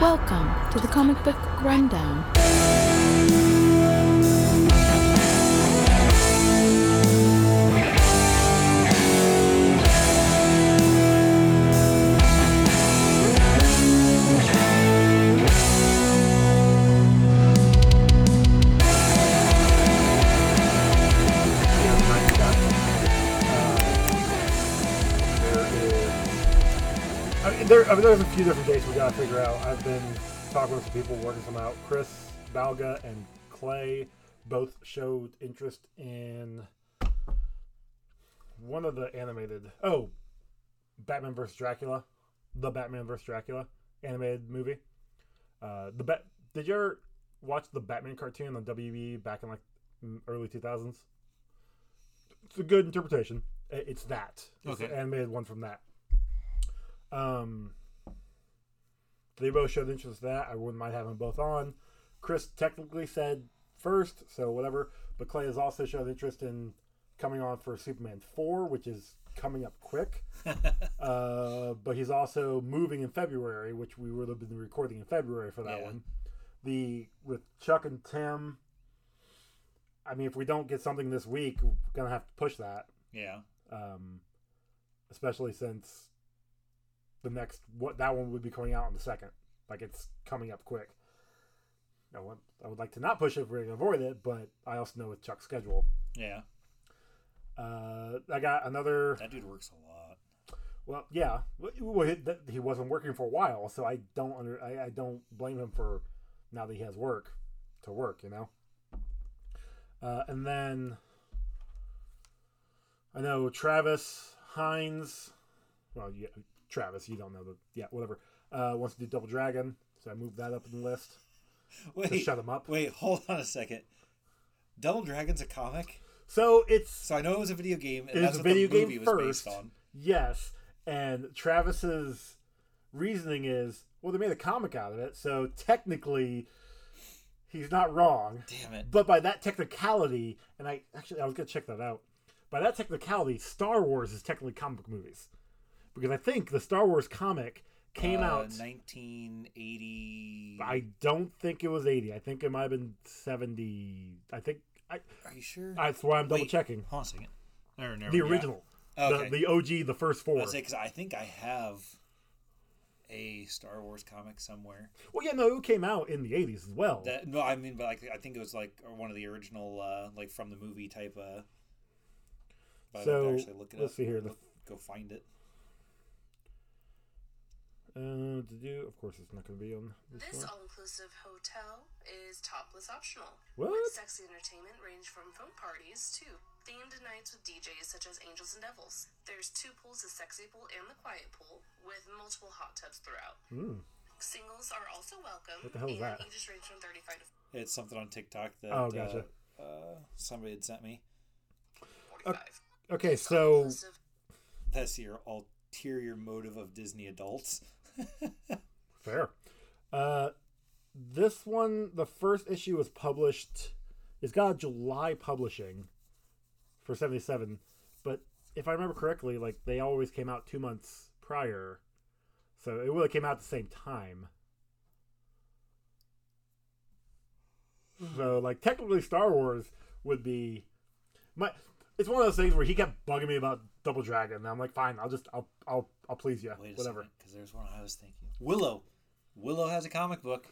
Welcome to the Comic Book Rundown. I mean, there, I mean, there's a few different dates we gotta figure out. I've been talking with some people, working some out. Chris Balga and Clay both showed interest in one of the animated. Oh, Batman vs. Dracula, the Batman vs. Dracula animated movie. Uh, the Bat. Did you ever watch the Batman cartoon on WB back in like mm, early 2000s? It's a good interpretation. I- It's that. It's Okay. the animated one from that. Um, they both showed interest in that. I wouldn't mind having both on. Chris technically said first, so whatever. But Clay has also showed interest in coming on for Superman 4, which is coming up quick. uh, but he's also moving in February, which we would have been recording in February for that Yeah. one. The with Chuck and Tim. I mean, if we don't get something this week, we're gonna have to push that Yeah. um, especially since the next what that one would be coming out on the second. Like it's coming up quick. I would, I would like to not push it if we're gonna avoid it, but I also know with Chuck's schedule. Yeah. Uh, I got another. That dude works a lot. Well, yeah, well, he, that- he wasn't working for a while, so I don't under I, I don't blame him for now that he has work to work, you know. Uh, and then I know Travis Hines. Well, yeah, Travis, you don't know the yeah, whatever. Uh, wants to do Double Dragon, so I moved that up in the list to Wait. shut him up. Wait, hold on a second. Double Dragon's a comic? So it's So I know it was a video game, and It that's was a what video the movie game was based first. on. Yes, and Travis's reasoning is, well, they made a comic out of it, so technically, he's not wrong. Damn it. But by that technicality, and I actually I was gonna check that out. By that technicality, Star Wars is technically comic book movies, because I think the Star Wars comic came Uh, out. 1980. I don't think it was eighty. I think it might have been seventy. I think I, Are you sure? that's why I'm double Wait, checking Hold on a second. Never, never, the yeah. original, Okay. the, the OG, the first four. I was because I think I have a Star Wars comic somewhere. Well, yeah, no, it came out in the '80s as well. That no, I mean, but like I think it was like one of the original, uh, like from the movie type. Uh, but I'd have to So, actually look it let's up. see here, the- Look, go find it. Uh, to do, of course, it's not going to be on this, This one. all inclusive hotel is topless optional. What? With sexy entertainment range from phone parties to themed nights with DJs such as Angels and Devils. There's two pools the sexy pool and the quiet pool, with multiple hot tubs throughout. Mm. Singles are also welcome. What the hell is and that? ages range from 35 to It's something on TikTok that Oh, gotcha. uh, uh, somebody had sent me. 45. Okay, so Inclusive That's your ulterior motive of Disney adults. fair. Uh, this one, the first issue was published. It's got July publishing for '77, but if I remember correctly, like they always came out two months prior, so it would have came out at the same time. So, like, technically, Star Wars would be my. It's one of those things where he kept bugging me about Double Dragon, and I'm like, fine, I'll just, I'll, I'll, I'll please you, Wait a whatever. because there's one I was thinking. Willow, Willow has a comic book.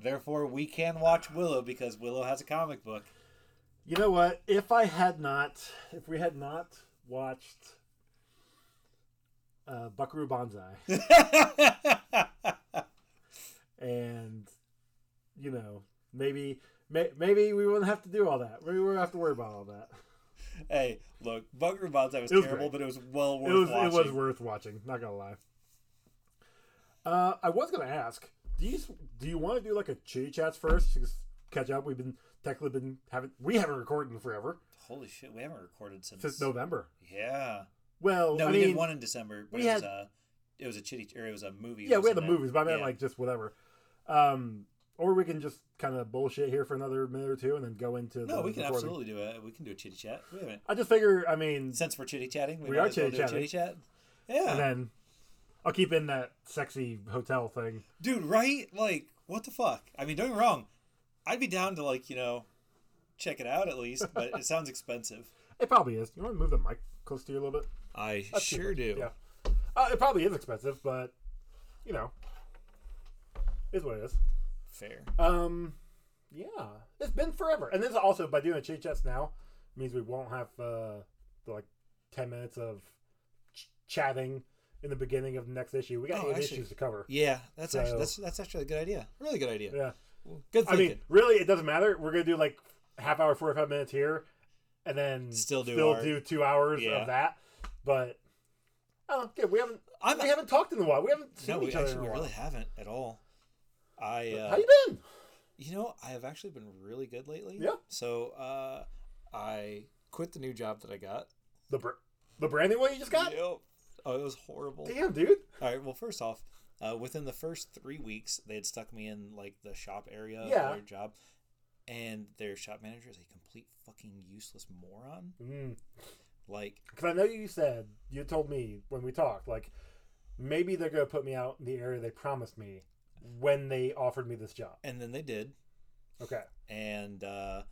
Therefore, we can watch Willow because Willow has a comic book. You know what? If I had not, if we had not watched uh, Buckaroo Banzai and, you know, maybe may, maybe we wouldn't have to do all that. Maybe we wouldn't have to worry about all that. hey, look, Bunker Bonds, I was, It was terrible, great. but it was well worth it was watching. it was worth watching. Not gonna lie. Uh, I was gonna ask, do you do you want to do like a chitty chats first? Just catch up. We've been technically been haven't we haven't recorded in forever Holy shit, we haven't recorded since. since November. Yeah. Well, No, I we mean, did one in December, but we it was had- a it was a chitty or it was a movie. Yeah, we had wasn't the it? movies, but I meant Yeah. like just whatever. Um, or we can just kind of bullshit here for another minute or two, and then go into No, the we can recording. absolutely do a we can do a chitty chat. Wait a minute. I just figure, I mean, Since we're chitty chatting, we, We might are as well do a chitty-chatting. chitty chat. and Yeah. then I'll keep in that sexy hotel thing. dude, right? Like, what the fuck? I mean, don't get me wrong. I'd be down to like, you know, check it out at least, but it sounds expensive. It probably is. You want to move the mic close to you a little bit? I That's sure do. cheaper. Yeah. Uh, it probably is expensive, but you know, is what it is. Fair. Um, yeah, it's been forever, and this is also by doing a chit chats now means we won't have uh, the, like ten minutes of ch- chatting in the beginning of the next issue. We got Oh, eight actually- issues to cover. Yeah, that's So- actually that's that's actually a good idea. Really good idea. Yeah, Good I thinking. mean, really, it doesn't matter. We're gonna do like half hour, forty five minutes here, and then Still do still our- do two hours Yeah. of that. But I don't know. We haven't I'm- we haven't talked in a while. We haven't seen no, we each other actually we in a while. really haven't at all. I uh, How you been? You know, I have actually been really good lately. Yeah. So uh, I quit the new job that I got. The br- the brand new one you just got? Yep. Oh, it was horrible. Damn, dude. All right. Well, first off, uh, within the first three weeks, they had stuck me in like the shop area of Yeah. their job, and their shop manager is a complete fucking useless moron. Because Like, I know you said you told me when we talked, like maybe they're gonna put me out in the area they promised me when they offered me this job. and then they did, Okay. and uh,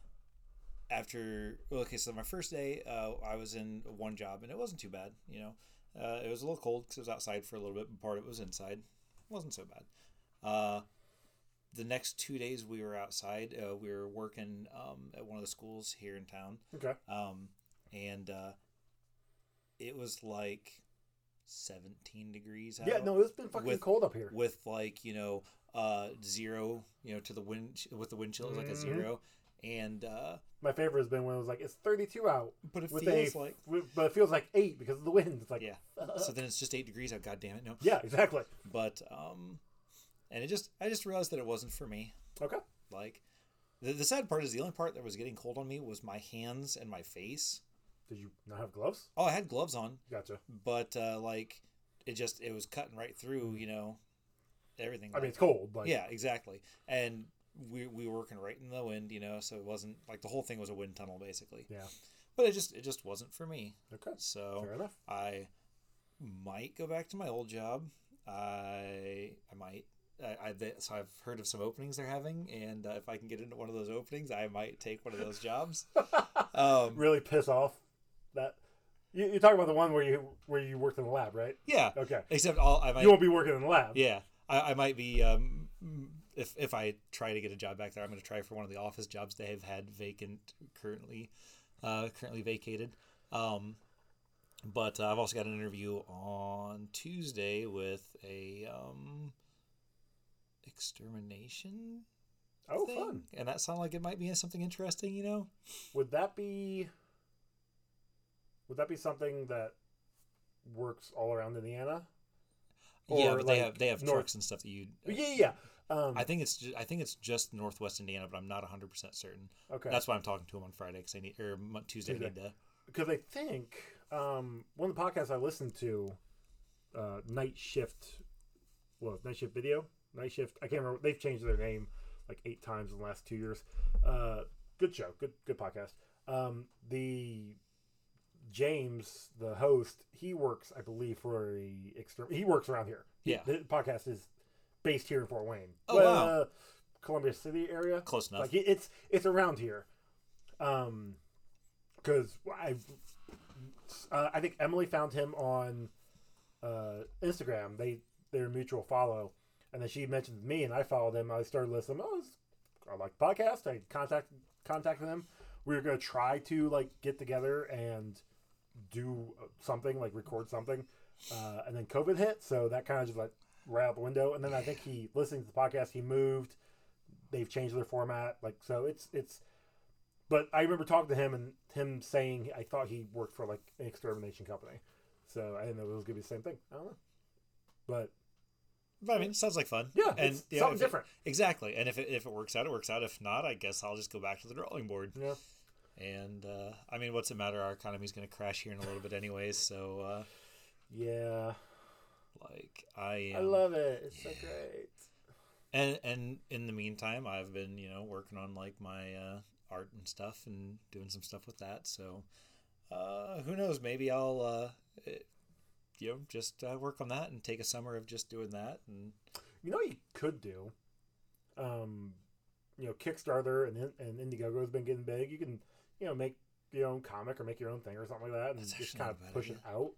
after well, okay, so my first day, uh, I was in one job, and it wasn't too bad. You know, uh, it was a little cold because it was outside for a little bit, but part of it was inside. It wasn't so bad. Uh, the next two days we were outside. Uh, we were working um, at one of the schools here in town. Okay. Um, and uh, it was like 17 degrees out. Yeah. No, it's been fucking With- cold up here. With like, you know, uh, zero, you know, to the wind, with the wind chill, it was like a Mhm. zero. And, uh, My favorite has been when it was like it's 32 out, but it with feels a, like, with- but it feels like eight because of the wind. It's like uh-huh. yeah. fuck. So then it's just eight degrees out. God damn it. No. yeah, exactly. But, um, and it just, I just realized that it wasn't for me. Okay. Like, the, the sad part is the only part that was getting cold on me was my hands and my face. Did you not have gloves? Oh, I had gloves on, Gotcha. but uh, like it just it was cutting right through you know everything Mm-hmm. I mean, Like, it's cold. Like yeah exactly and we, we were working right in the wind you know so it wasn't like the whole thing was a wind tunnel basically Yeah. but it just it just wasn't for me Okay. so Fair enough. i might go back to my old job i i might I, I, they- so I've heard of some openings they're having, and uh, if I can get into one of those openings, I might take one of those jobs. um, Really piss off that you, you're talking about the one where you where you worked in the lab, right? yeah, Okay. except I'll, I might you won't be working in the lab. Yeah, I, I might be. Um, if if I try to get a job back there, I'm going to try for one of the office jobs they have had vacant currently, uh, currently vacated. Um, but uh, I've also got an interview on Tuesday with a um, extermination. Oh, thing, fun. And that sounded like it might be something interesting, you know? Would that be? Would that be something that works all around Indiana? yeah, Or, but like, they have they have north- trucks and stuff that you. Yeah, yeah. yeah. Um, I think it's ju- I think it's just Northwest Indiana, but I'm not 100 percent certain. okay. That's why I'm talking to him on Friday because I need or Mon- Tuesday. I Tuesday. need to. because I think um, one of the podcasts I listened to, uh, Night Shift, well, Night Shift Video, Night Shift. I can't remember. They've changed their name like eight times in the last two years. Uh, good show, good good podcast. Um, the James, the host, he works, I believe, for a exter He works around here. Yeah. the podcast is based here in Fort Wayne. Oh, wow. Columbia City area. Close enough. Like it- it's it's around here, um, because I, uh, I think Emily found him on uh, Instagram. They they're a mutual follow, and then she mentioned me, and I followed him. I started listening. Oh, it's, I like the podcast. I contacted contacted them. We were gonna try to like get together and do something, like record something, uh, and then COVID hit, so that kind of just like right out the window. And then I think he listening to the podcast, he moved. They've changed their format, like so. It's it's. But I remember talking to him and him saying I thought he worked for like an extermination company, so I didn't know it was gonna be the same thing. I don't know, but But I mean, it sounds like fun. yeah, and it's yeah, something if it- different. exactly. And if it, if it works out, it works out. If not, I guess I'll just go back to the drawing board. Yeah, And uh, I mean, what's it matter? Our economy's going to crash here in a little bit, anyways. So, uh, yeah, like, I I am- love it. It's so great. and and in the meantime, I've been you know working on like my uh, art and stuff and doing some stuff with that. So, uh, who knows? Maybe I'll. Uh, it, you know, just uh, work on that and take a summer of just doing that. And You know what you could do? Um, you know, Kickstarter and and Indiegogo has been getting big. You can, you know, make your own comic or make your own thing or something like that, and That's just actually kind not of a bad push idea. it out.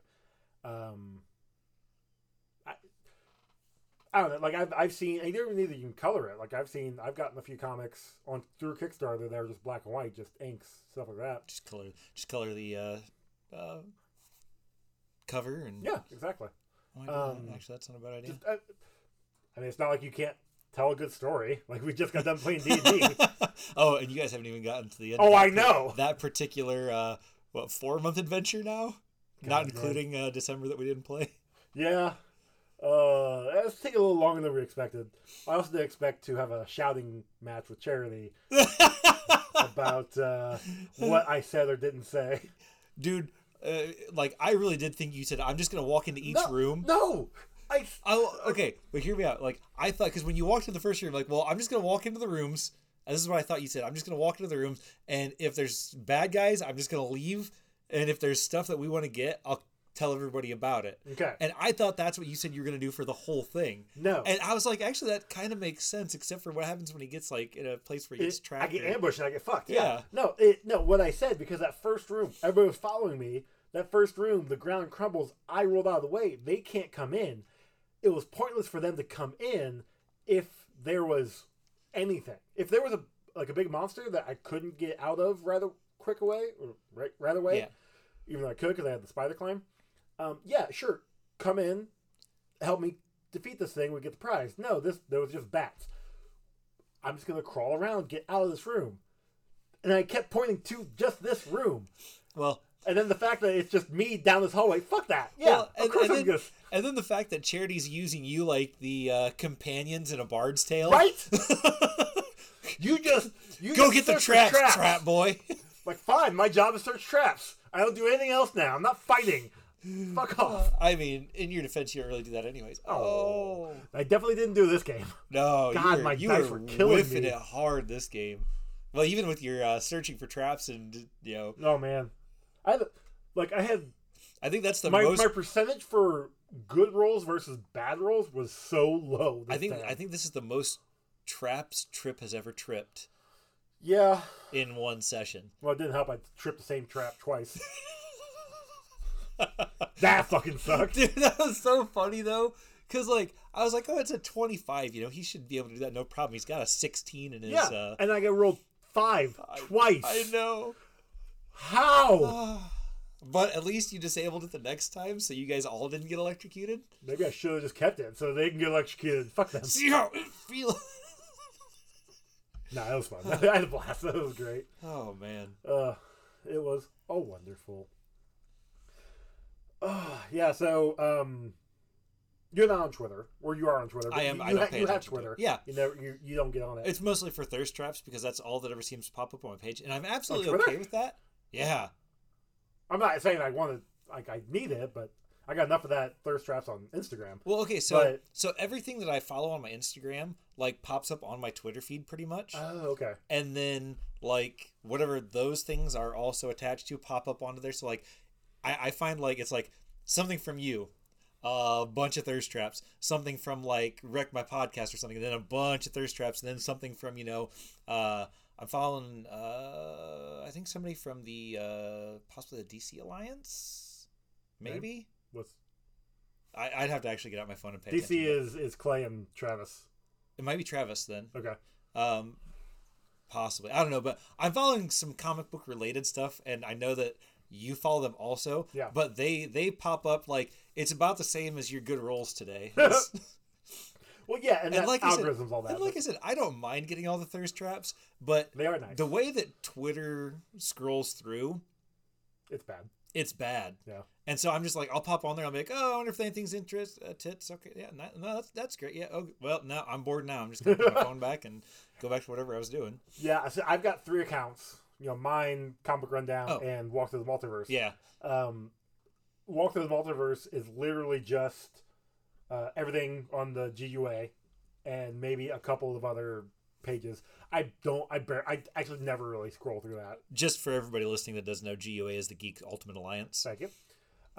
Um, I, I don't know. Like I've I've seen and you don't even need to even color it. Like I've seen I've gotten a few comics on through Kickstarter that are just black and white, just inks stuff like that. just color, just color the uh, uh, cover. And Yeah, exactly. I might do that. um, actually, that's not a bad idea. Just, I, I mean, it's not like you can't tell a good story. Like we just got done playing D and D. oh, and you guys haven't even gotten to the end. Oh, that I par- know. that particular uh, what four month adventure now, not God, yeah. including uh, December that we didn't play. Yeah. Uh, it's taking a little longer than we expected. I also didn't expect to have a shouting match with Charity about uh, what I said or didn't say. Dude, uh, like I really did think you said I'm just gonna walk into each no, room. No, I. Oh, okay, but hear me out. Like I thought, because when you walked in the first room, like, well, I'm just gonna walk into the rooms. And this is what I thought you said. I'm just gonna walk into the rooms, and if there's bad guys, I'm just gonna leave. And if there's stuff that we want to get, I'll tell everybody about it. Okay. And I thought that's what you said you were gonna do for the whole thing. No. And I was like, actually, that kind of makes sense, except for what happens when he gets like in a place where he gets It, I trapped. get or- ambushed and I get fucked. Yeah. No, it, no. What I said because that first room, everybody was following me. That first room, the ground crumbles. I rolled out of the way. They can't come in. It was pointless for them to come in if there was anything. If there was a like a big monster that I couldn't get out of rather quick away or right rather way, Yeah. even though I could because I had the spider climb. Um, yeah, sure, come in, help me defeat this thing. We get the prize. No, this there was just bats. I'm just gonna crawl around, get out of this room, and I kept pointing to just this room. Well, And then the fact that it's just me down this hallway, fuck that. Yeah, well, of course I'm then, gonna. and then the fact that Charity's using you like the uh, companions in a bard's tale. Right? you just you Go just get the search traps, trap boy. Like, fine, my job is search traps. I don't do anything else now. I'm not fighting. Fuck off. I mean, in your defense, you don't really do that anyways. Oh. I definitely didn't do this game. No, God, you were, my you dice were were killing whiffing me. it hard this game. Well, even with your uh, searching for traps and you know, Oh man, I had- like I had I think that's the my, most. my percentage for good rolls versus bad rolls was so low. this I think time. I think this is the most traps Trip has ever tripped yeah. in one session. Well, it didn't help. I tripped the same trap twice. that fucking sucked. Dude, that was so funny though, because like I was like, oh, it's a twenty-five. You know, he should be able to do that, no problem. He's got a sixteen in his. Yeah, Uh, and I got rolled five twice. I know, How? but at least you disabled it the next time, so you guys all didn't get electrocuted. Maybe I should have just kept it so they can get electrocuted. Fuck them. See how it feels. Nah, that was fun. I had a blast. That was great. Oh man. Uh, it was oh wonderful. Uh, yeah. So um, you're not on Twitter, or you are on Twitter. But I am. You, I you don't ha- pay you have attention to Twitter. it. Yeah. You never. You, you don't get on it. It's mostly for thirst traps because that's all that ever seems to pop up on my page, and I'm absolutely Twitter? okay with that. Yeah, I'm not saying I want to. Like I need it, but I got enough of that thirst traps on Instagram. Well, okay, so But- so everything that I follow on my Instagram like pops up on my Twitter feed pretty much, Oh, okay. and then like whatever those things are also attached to pop up onto there. So like, I, I find like it's like something from you, a bunch of thirst traps, something from like wreck my podcast or something, and then a bunch of thirst traps, and then something from you know, uh, I'm following uh, I think somebody from the uh, possibly the DC Alliance, Okay. maybe. What's I, I'd have to actually get out my phone and pay. attention DC to it. is is Clay and Travis. It might be Travis then. Okay. Um, possibly. I don't know, but I'm following some comic book related stuff, and I know that you follow them also. Yeah. But they they pop up like it's about the same as your good rolls today. Well, yeah, and, and that like I said, algorithms all that. and like I but said, I don't mind getting all the thirst traps, but they are nice. the way that Twitter scrolls through, it's bad. it's bad. Yeah. And so I'm just like, I'll pop on there. I'll be like, oh, I wonder if anything's interest uh, tits. Okay, yeah, no, no, that's that's great. Yeah, oh, well, now I'm bored. Now I'm just gonna put my phone back and go back to whatever I was doing. Yeah. So I've got three accounts. You know, mine, comic Book rundown, Oh. and walk through the multiverse. Yeah, um, Walk Through the Multiverse is literally just uh, everything on the GUA and maybe a couple of other pages. I don't. I bear. I actually never really scroll through that. just for everybody listening that doesn't know, GUA is the Geek Ultimate Alliance. Thank you.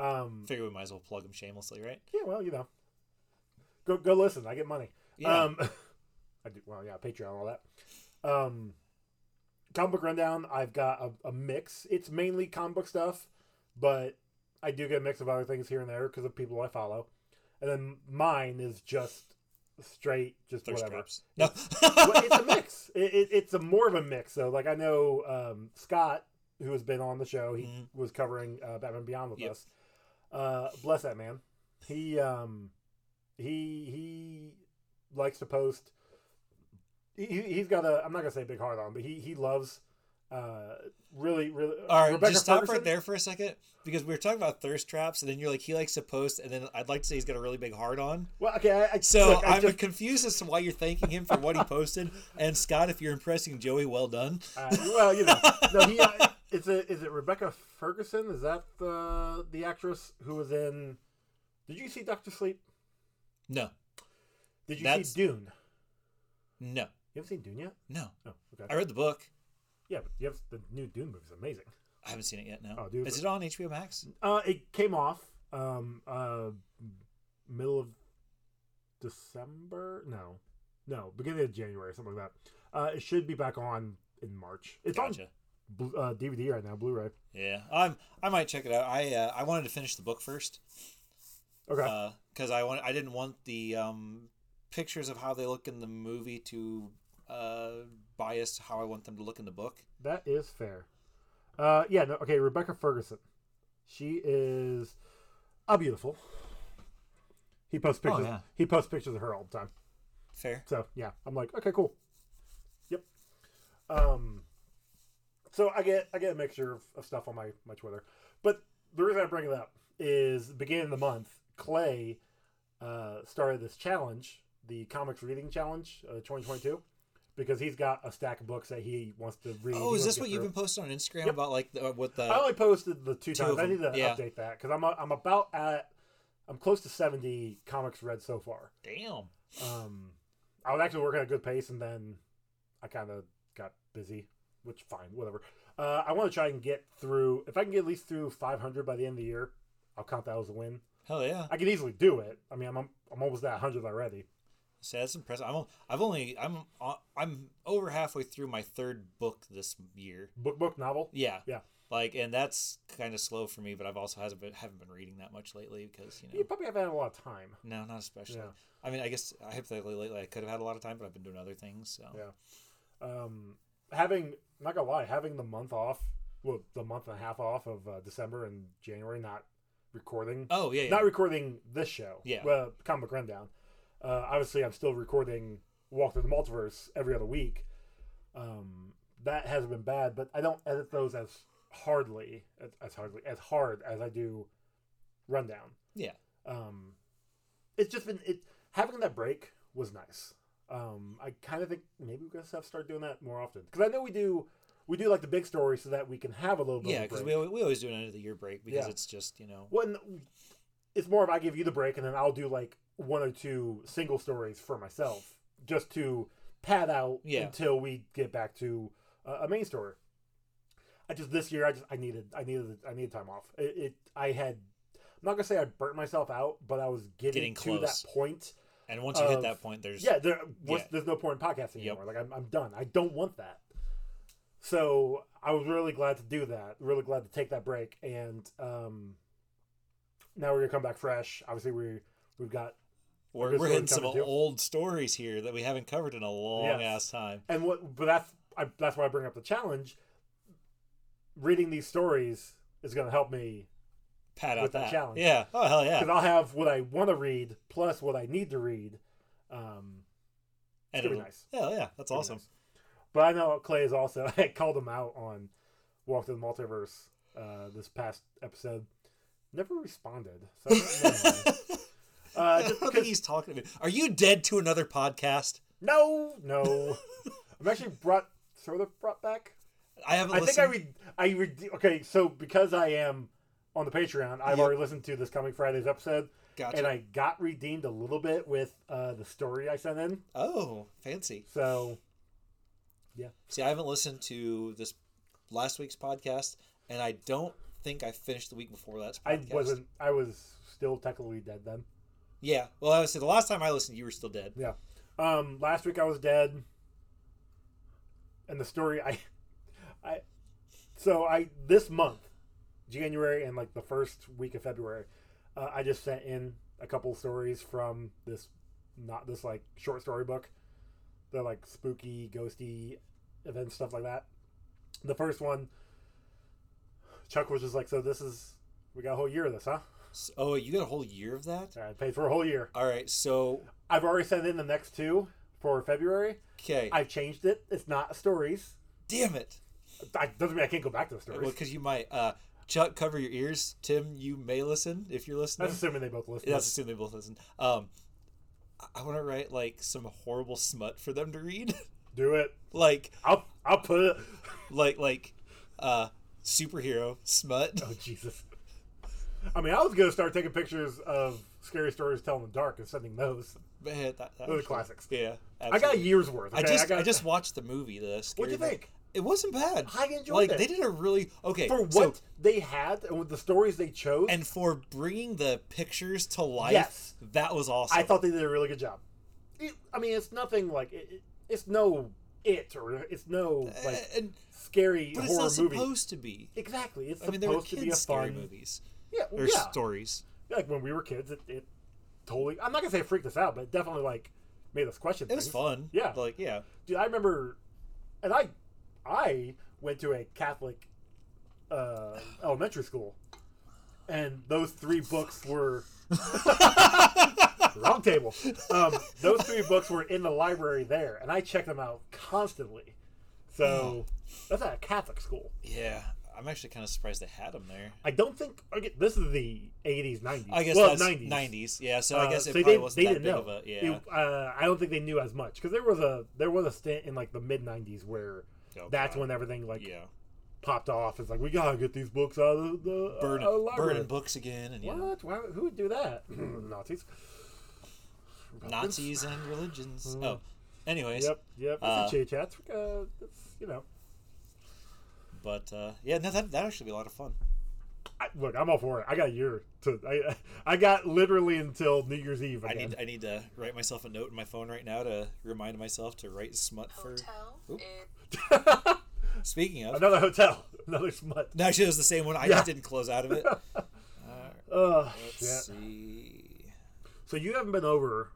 Um, Figure we might as well plug them shamelessly, right? yeah, well, you know, go go listen. I get money. Yeah. Um, I do. Well, yeah, Patreon, all that. Um, comic book rundown. I've got a, a mix. It's mainly comic book stuff, but I do get a mix of other things here and there because of people I follow. And then mine is just straight, just Thirst whatever. traps. No. well, it's a mix. It, it, it's a more of a mix. So, like, I know um, Scott, who has been on the show, he Mhm. was covering uh, Batman Beyond with Yep. us. Uh, bless that man. He um, he he likes to post. He, he- he's got a. I'm not gonna say big heart on, but he he loves. Uh, really, really. All right, Rebecca just stop Ferguson? right there for a second because we were talking about thirst traps, and then you're like, he likes to post, and then I'd like to say he's got a really big heart on. Well, okay. I, I, So look, I I'm just, confused as to why you're thanking him for what he posted. and Scott, if you're impressing Joey, well done. uh, well, you know, no, he, uh, it's a, is it Rebecca Ferguson? Is that the the actress who was in? Did you see Doctor Sleep? No, Did you That's- see Dune? no, You haven't seen Dune yet? no. Oh, okay. I read the book. yeah, but you have the new Dune movie's amazing. I haven't seen it yet. No, Oh, dude. is it on HBO Max? Uh, it came off um uh middle of December. No, no, beginning of January, something like that. Uh, it should be back on in March. It's Gotcha. on bl- uh, DVD right now, Blu-ray. Yeah, I'm. I might check it out. I uh, I wanted to finish the book first Okay. Uh, because I want. I didn't want the um, pictures of how they look in the movie to uh, bias how I want them to look in the book. That is fair. Uh, yeah, no, okay, Rebecca Ferguson. She is a beautiful. He posts Oh, pictures. yeah. He posts pictures of her all the time. Fair. So yeah, I'm like, okay, cool. Yep. Um. So I get I get a mixture of, of stuff on my my Twitter, but the reason I bring it up is beginning of the month, Clay uh, started this challenge, the comics reading challenge, uh, 2022, because he's got a stack of books that he wants to read. he Oh, is wants this to what get you've through. been posting on Instagram Yep. about like the, what I the? only posted the two, Uh, Two times. of I need them, to yeah. update that because I'm a, I'm about at I'm close to 70 comics read so far. Damn. Um, I was actually working at a good pace, and then I kind of got busy, which fine, whatever. Uh, I want to try and get through. If I can get at least through 500 by the end of the year, I'll count that as a win. Hell yeah. I can easily do it. I mean, I'm I'm, I'm almost at 100 already. See, that's impressive. I'm. on- I've only. I'm. on- I'm over halfway through my third book this year. Book, book, novel. Yeah. Yeah. Like, and that's kind of slow for me. But I've also hasn't been, haven't been reading that much lately because you know. You probably haven't had a lot of time. No, not especially. Yeah. I mean, I guess I hypothetically lately I could have had a lot of time, but I've been doing other things. So. Yeah. Um, having not gonna lie, having the month off, well, the month and a half off of uh, December and January, not recording. Oh yeah, yeah. not recording this show. Yeah. Well, comic rundown. Uh, obviously, I'm still recording Walk Through the Multiverse every other week. Um, that hasn't been bad, but I don't edit those as hardly as, as hardly as hard as I do rundown. yeah. Um, it's just been it having that break was nice. Um, I kind of think maybe we're gonna have to start doing that more often because I know we do we do like the big story so that we can have a little bit. Yeah, of a because break. we, always- we always do an end of the year break because Yeah. it's just you know Well, and it's more of I give you the break, and then I'll do like one or two single stories for myself, just to pad out Yeah. until we get back to uh, a main story. I just this year I just I needed I needed I needed time off. It, it I had I'm not gonna say I burnt myself out, but I was getting, Getting to that close. point. and once you hit of- that point, there's um, Yeah, there, was, yeah. there's no point in podcasting Yep. anymore. Like I'm, I'm done. I don't want that. So I was really glad to do that. Really glad to take that break. And um, now we're gonna come back fresh. Obviously, we we've got we're, there's we're one hitting some coming too. old stories here that we haven't covered in a long Yes. ass time. and what. But that's I, that's why I bring up the challenge. Reading these stories is gonna help me Pat out With that that challenge. Yeah. Oh hell yeah. because I'll have what I want to read plus what I need to read. Um, gonna And be it'll- nice. Hell yeah. That's Pretty awesome. nice. But I know Clay is also. I called him out on Walk Through the Multiverse uh, this past episode. Never responded. So I don't know. uh, I just don't think because- he's talking to me. Are you dead to another podcast? no, no. I'm actually brought sort of brought back. I I haven't. think listened. I read. I read. Okay, so because I am on the Patreon, I've Yep. already listened to this coming Friday's episode, Gotcha. and I got redeemed a little bit with uh, the story I sent in. oh, fancy. So See, I haven't listened to this last week's podcast, and I don't think I finished the week before that's I podcast. wasn't. I was still technically dead then. Yeah. Well, I would say the last time I listened, you were still dead. Yeah. Um, last week I was dead, and the story I, I, so I this month, January and like the first week of February, uh, I just sent in a couple stories from this, not this like short story book, they're like spooky, ghosty, event stuff like that. The first one, Chuck was just like, "So this is we got a whole year of this, huh?" So, oh, you got a whole year of that. So I paid for a whole year. All right. So I've already sent in the next two for February. okay. I've changed it. It's not stories. Damn it. I, doesn't mean I can't go back to the stories. Well, because you might. Uh, Chuck, cover your ears. Tim, you may listen if you're listening. That's assuming they both listen. That's assuming they both listen. Um, I- I want to write like some horrible smut for them to read, Do it. like I'll I'll put it. like like uh, superhero smut. Oh Jesus. I mean, I was gonna start taking pictures of scary stories telling in the dark and sending those. Man, that, that Those are was- classics. Yeah, I got a absolutely. year's worth. I okay? just I, got, just watched the movie. The Scary What'd you Movie. think? It wasn't bad. I enjoyed like, it. They did a really okay for so- what they had and with the stories they chose. and for bringing the pictures to life. Yes. that was awesome. I thought they did a really good job. It, I mean, it's nothing like it, it- it's no it or it's no Uh, like and, scary but it's horror not movie. supposed to be. Exactly. It's I mean, there were supposed to be a kids' scary fun movies Yeah, well, or yeah. stories. like when we were kids, it, it totally. I'm not gonna say it freaked us out, but it definitely like made us question. It was things. fun. Yeah. like yeah. dude. I remember, and I, I went to a Catholic uh, elementary school, and those three books were wrong table. Um, those three books were in the library there, and I checked them out constantly. So that's at a Catholic school. Yeah, I'm actually kind of surprised they had them there. I don't think I get, this is the 80s, 90s. I guess Mm. well, that's 90s. 90s. Yeah, so I Uh, guess it so probably they- wasn't they that didn't big know. of a yeah. It- uh, I don't think they knew as much because there was a there was a stint in like the mid '90s where Oh, that's God. when everything like yeah, popped off. It's like we gotta get these books out of the burning out of the library. burning books again and yeah, What? Why, who would do that? Nazis. Nazis and religions. Oh, anyways, Mm. Yep, yep. Uh, It's a chit chat. Uh, it's, you know, but uh, yeah, no, that that actually be a lot of fun. I, look, I'm all for it. I got a year to. I I got literally until New Year's Eve. I Again. need I need to write myself a note in my phone right now to remind myself to write smut for. Hotel Oop. in Speaking of, another hotel, another smut. no, actually, it was the same one. I Yeah. just didn't close out of it. Oh Let's shit. see. So you haven't been over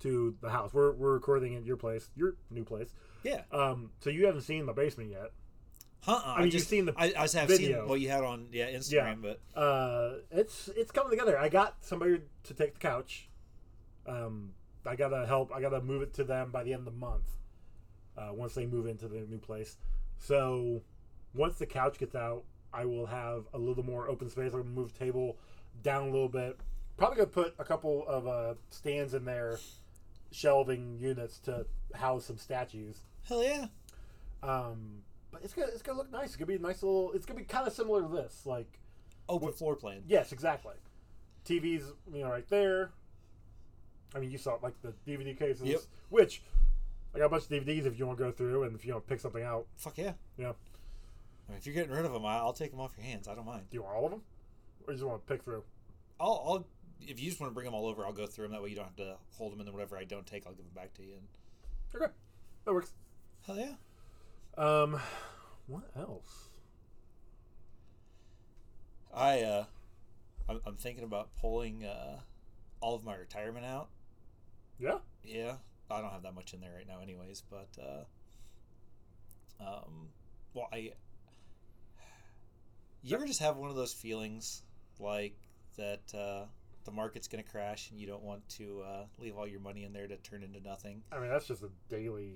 to the house. We're we're recording at your place, your new place. Yeah. Um, so you haven't seen the basement yet. Huh. I mean, you've just, seen the I, I just have video. seen what you had on yeah Instagram, but Uh, it's it's coming together. I got somebody to take the couch. Um, I gotta help. I gotta move it to them by the end of the month. Uh, once they move into their new place. So once the couch gets out, I will have a little more open space. I'm gonna move the table down a little bit. Probably gonna put a couple of uh, stands in there, shelving units to house some statues. hell yeah. Um, but it's gonna it's gonna look nice. It's gonna be a nice little. It's gonna be kind of similar to this. Like, Open floor plan. yes, exactly. TV's you know right there. I mean, you saw like the DVD cases, Yep. which I got a bunch of DVDs if you want to go through and if you want to pick something out. Fuck yeah. Yeah, I mean, if you're getting rid of them, I- I'll take them off your hands. I don't mind. do you want all of them, or you just want to pick through? I'll, I'll if you just want to bring them all over, I'll go through them. That way you don't have to hold them, and then whatever I don't take, I'll give them back to you. And Okay, that works. hell yeah. Um, what else? I uh, I'm, I'm thinking about pulling uh, all of my retirement out. Yeah, Yeah, I don't have that much in there right now, anyways. But uh, um, well, I you ever just have one of those feelings like that uh, the market's gonna crash and you don't want to uh, leave all your money in there to turn into nothing. I mean that's just a daily,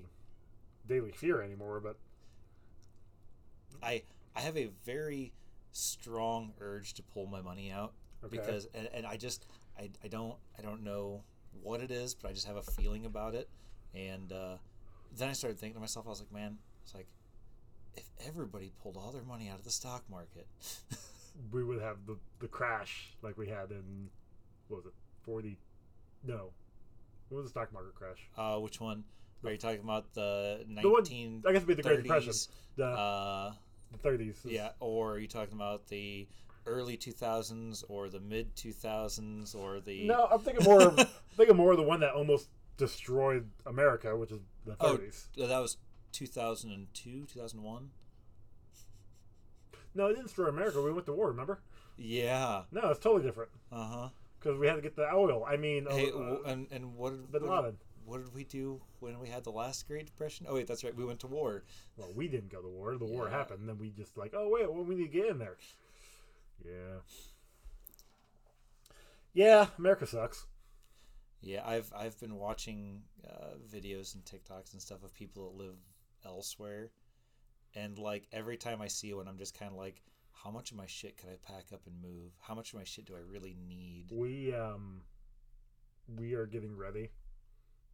daily fear anymore. But I I have a very strong urge to pull my money out okay, because and, and I just I, I don't I don't know what it is, but I just have a feeling about it. And uh, then I started thinking to myself, I was like, man, it's like if everybody pulled all their money out of the stock market, we would have the the crash like we had in what was it forty? No, what was the stock market crash? uh, which one are you talking about? The one- uh, nineteen Uh, I guess it'd be the Great Depression. thirties, The uh, thirties. yeah, or are you talking about the early 2000s or the mid 2000s or the No, I'm thinking more. Of, I'm thinking more of the one that almost destroyed America, which is the oh 30s. that was 2002 2001 No, it didn't destroy America. We went to war. Remember? yeah No, it's totally different uh-huh because we had to get the oil. I mean, uh, hey uh, w- and, and what did Bin what- Laden. what did we do when we had the last great depression oh wait that's right we went to war well, we didn't go to war. The war Yeah. happened. Then we just like, oh wait, well, we need to get in there. Yeah. Yeah, America sucks. Yeah, I've I've been watching uh, videos and TikToks and stuff of people that live elsewhere, and like every time I see one, I'm just kind of like, how much of my shit can I pack up and move? How much of my shit do I really need? We um, we are getting ready,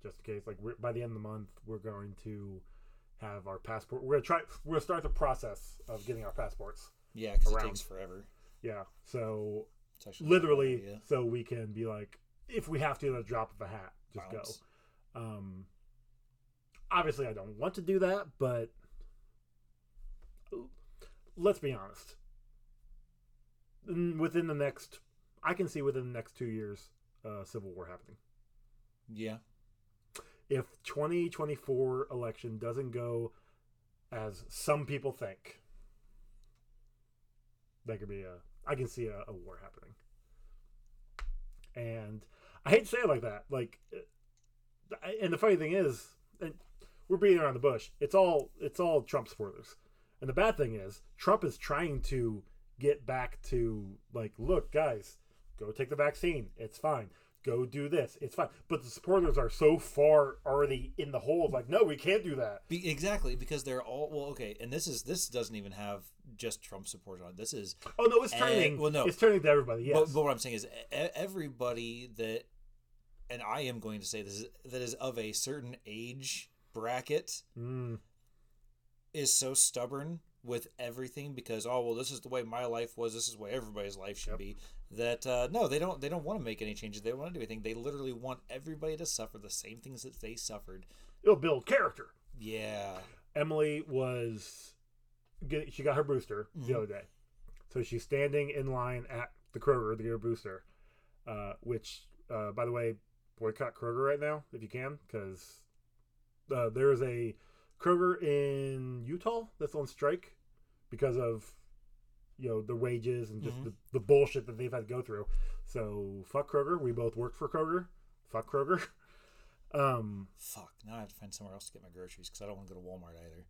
just in case. Like we're, by the end of the month, we're going to have our passport. We're gonna try. We're gonna start the process of getting our passports. Yeah, because it Around. takes forever. Yeah. So It's actually not a bad literally, idea. so we can be like, if we have to, at the drop of a hat, just go. Bounce. Um, obviously, I don't want to do that, but let's be honest. Mm, Within the next, I can see within the next two years, uh, civil war happening. Yeah, If 2024 election doesn't go as some people think, that could be a. I can see a, a war happening. And I hate to say it like that. Like, it- I- and the funny thing is, and we're beating around the bush. It's all it's all Trump supporters. And the bad thing is, Trump is trying to get back to like, look, guys, go take the vaccine. It's fine. Go do this. It's fine. But the supporters are so far already in the hole. It's like, no, we can't do that. Be- exactly because they're all well. Okay, and this is this doesn't even have just Trump support on it. this is. Oh no, it's Eh, turning. well, no. it's turning to everybody. Yes. But, but what I'm saying is, e- everybody that, and I am going to say this, is- that is of a certain age bracket Mm, is so stubborn with everything because oh well this is the way my life was this is the way everybody's life should Yep. be that uh, no they don't they don't want to make any changes they don't want to do anything they literally want everybody to suffer the same things that they suffered it'll build character. yeah Emily was get, she got her booster Mhm. the other day, so she's standing in line at the Kroger to get her booster. Uh, which, uh, by the way, boycott Kroger right now if you can, because uh, there is a Kroger in Utah that's on strike because of you know the wages and just Mhm. the, the bullshit that they've had to go through. So fuck Kroger. We both work for Kroger. Fuck Kroger. Um, fuck now I have to find somewhere else to get my groceries because I don't want to go to Walmart either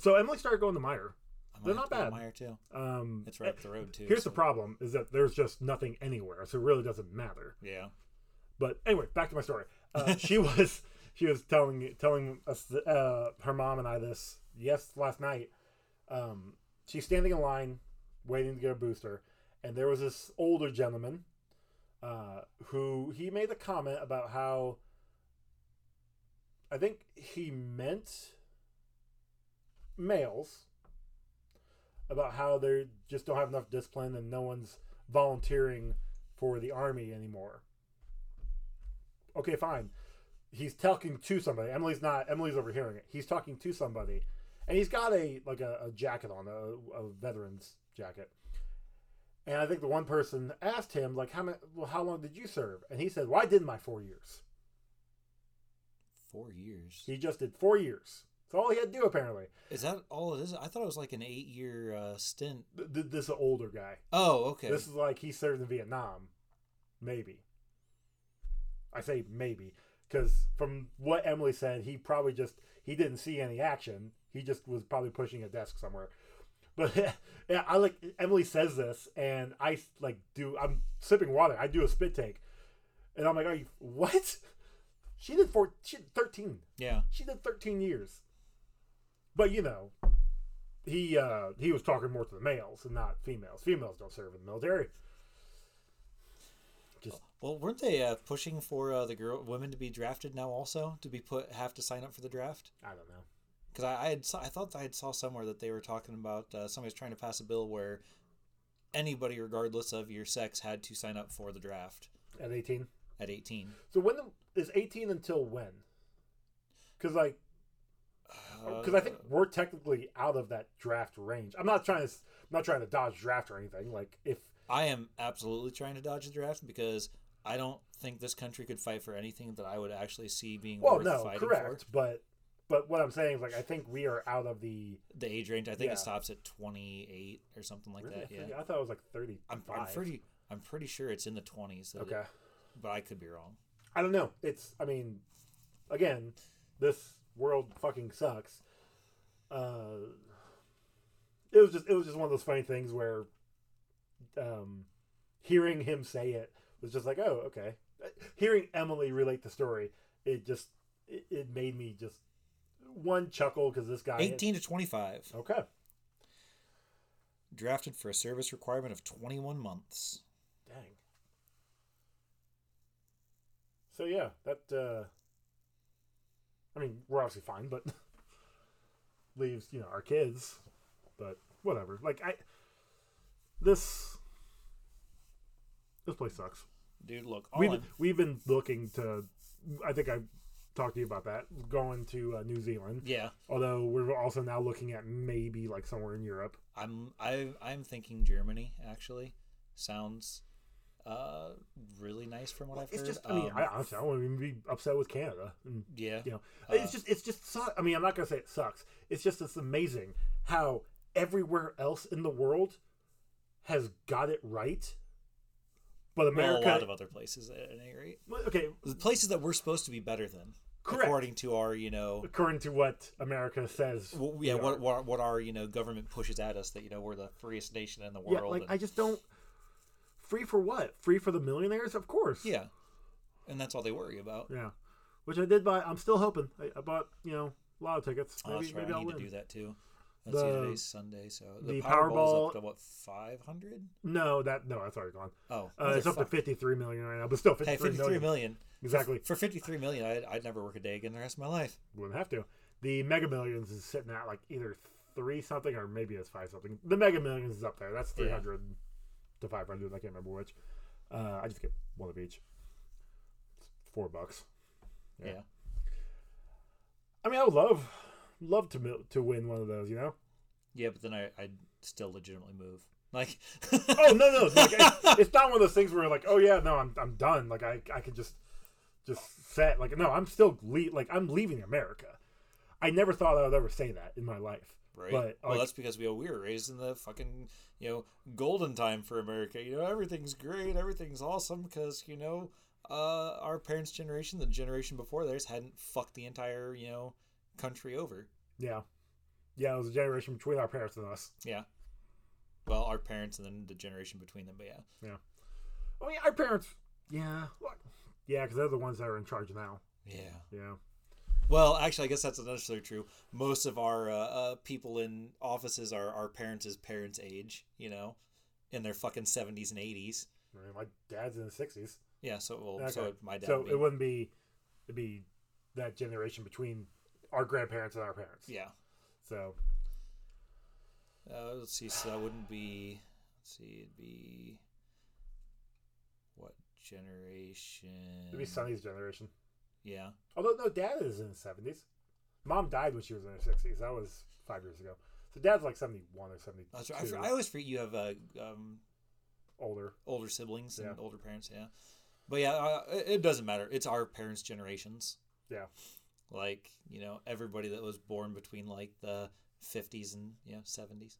so Emily started going to Meyer. I might They're not have to go to bad. Meijer, too Um, it's right up the road too Here's so- the problem: is that there's just nothing anywhere, so it really doesn't matter. yeah But anyway, back to my story. Uh, she was she was telling telling us uh, her mom and I this yes last night. Um, she's standing in line, waiting to get a booster, and there was this older gentleman uh, who he made the comment about how I think he meant males about how they just don't have enough discipline and no one's volunteering for the army anymore. Okay, fine. He's talking to somebody. Emily's not. Emily's overhearing it. He's talking to somebody, and he's got a like a, a jacket on, a, a veteran's jacket. And I think the one person asked him like, "How many, Well, how long did you serve?" And he said, "Well, I did my four years." four years He just did four years. That's all he had to do apparently. is that all it is I thought it was like an eight year uh, stint Th- th- this is an older guy. oh okay This is like he served in Vietnam, maybe. I say maybe because from what Emily said, he probably just he didn't see any action. He just was probably pushing a desk somewhere. But yeah, I like Emily says this, and I like do. I'm sipping water. I do a spit take, and I'm like, "Are you what?" She did four. She did thirteen. yeah She did 13 years. But you know, he uh he was talking more to the males and not females. Females don't serve in the military. Just Well, weren't they uh, pushing for uh, the girl women to be drafted now also to be put have to sign up for the draft? I don't know. Because I, I had saw, I thought I had saw somewhere that they were talking about uh, somebody's trying to pass a bill where anybody, regardless of your sex, had to sign up for the draft At 18. at eighteen. So when the, is 18 until when? Cuz like cuz Oh, I Uh. think we're technically out of that draft range. I'm not trying to s- I'm not trying to dodge draft or anything. Like if I am absolutely trying to dodge the draft because I don't think this country could fight for anything that I would actually see being Well, worth no, fighting correct, for. but but what I'm saying is like I think we are out of the. The age range, I think Yeah. it stops at 28 or something like Really? I, that. Yeah, think- I thought it was like 35. I'm, I'm pretty. I'm pretty sure it's in the 20s. that it- Okay. but I could be wrong. I don't know. It's I mean, again, this world fucking sucks. Uh, it was just it was just one of those funny things where, um, hearing him say it was just like, oh, okay. Hearing Emily relate the story, it just it, it made me just one chuckle because this guy 18 to 25, Okay, drafted for a service requirement of 21 months. dang. So yeah, that. uh I mean, we're obviously fine, but leaves you know our kids, but whatever. Like I, this this place sucks. Dude, look, all we've I'm, we've been looking to. I think I talked to you about that going to uh, New Zealand. yeah, Although we're also now looking at maybe like somewhere in Europe. I'm I I'm thinking Germany actually sounds uh really nice from what I've It's heard. just. I mean, Um, I honestly I wouldn't even be upset with Canada. And, yeah, Uh, you know, it's just it's just su- I mean, I'm not gonna say it sucks. It's just it's amazing how everywhere else in the world has got it right, but well, America. a lot of other places at any rate. Well, okay, The places that we're supposed to be better than, Correct. according to our you know, according to what America says. w yeah, we are. what, what what our you know government pushes at us that you know we're the freest nation in the world. yeah, like and, I just don't. Free for what? Free for the millionaires, of course. yeah, and that's all they worry about. yeah. Which I did buy. I'm still hoping. I, I bought you know lotto tickets. Oh, Maybe that's right. maybe I I'll need win. to do that too. Let's see, The- today's Sunday, so the Powerball's Powerball- up to what five hundred? No, that no, that's already gone. Oh, Uh, it's up to motherfucker. 53 million right now, but still 53 Hey, fifty-three million. million. Exactly. For fifty-three million, I'd, I'd never work a day again the rest of my life. wouldn't have to. The Mega Millions is sitting at like either three something or maybe it's five something. The Mega Millions is up there. That's Yeah. three hundred to five hundred. I can't remember which. Uh, I just get one of each. It's four bucks. Yeah. Yeah. I mean, I would love, love to mil- to win one of those. You know? Yeah, but then I, I'd still legitimately move. Like, Oh no no! Like, it's, it's not one of those things where like, oh yeah, no, I'm I'm done. Like I I could just just set like no, I'm still le- like I'm leaving America. I never thought I would ever say that in my life. right? But well, like, that's because we, we were raised in the fucking, you know, golden time for America. You know, everything's great, everything's awesome because, you know, uh, our parents' generation, the generation before theirs, hadn't fucked the entire, you know, country over. Yeah. Yeah, it was a generation between our parents and us. Yeah. Well, our parents and then the generation between them, but yeah. I mean, our parents. Yeah. What? Yeah, because they're the ones that are in charge now. Yeah. Yeah. Well, actually, I guess that's not necessarily true. Most of our uh, uh, people in offices are our parents' parents' age, you know, in their fucking seventies and eighties. I mean, my dad's in the 60s. Yeah, so well, Okay. so my dad. so would be- it wouldn't be, it'd be that generation between our grandparents and our parents. yeah. So, Uh, let's see. So that wouldn't be. Let's see. It'd be what generation? it'd be Sonny's generation. Yeah. Although, no, dad is in the 70s. Mom died when she was in her 60s. That was five years ago. So dad's like 71 or 72. That's right. I, fr- I always forget you have uh, um, older. older siblings and Yeah. older parents. Yeah. But yeah, uh, it it doesn't matter. It's our parents' generations. Yeah. like you know everybody that was born between like the 50s and you know 70s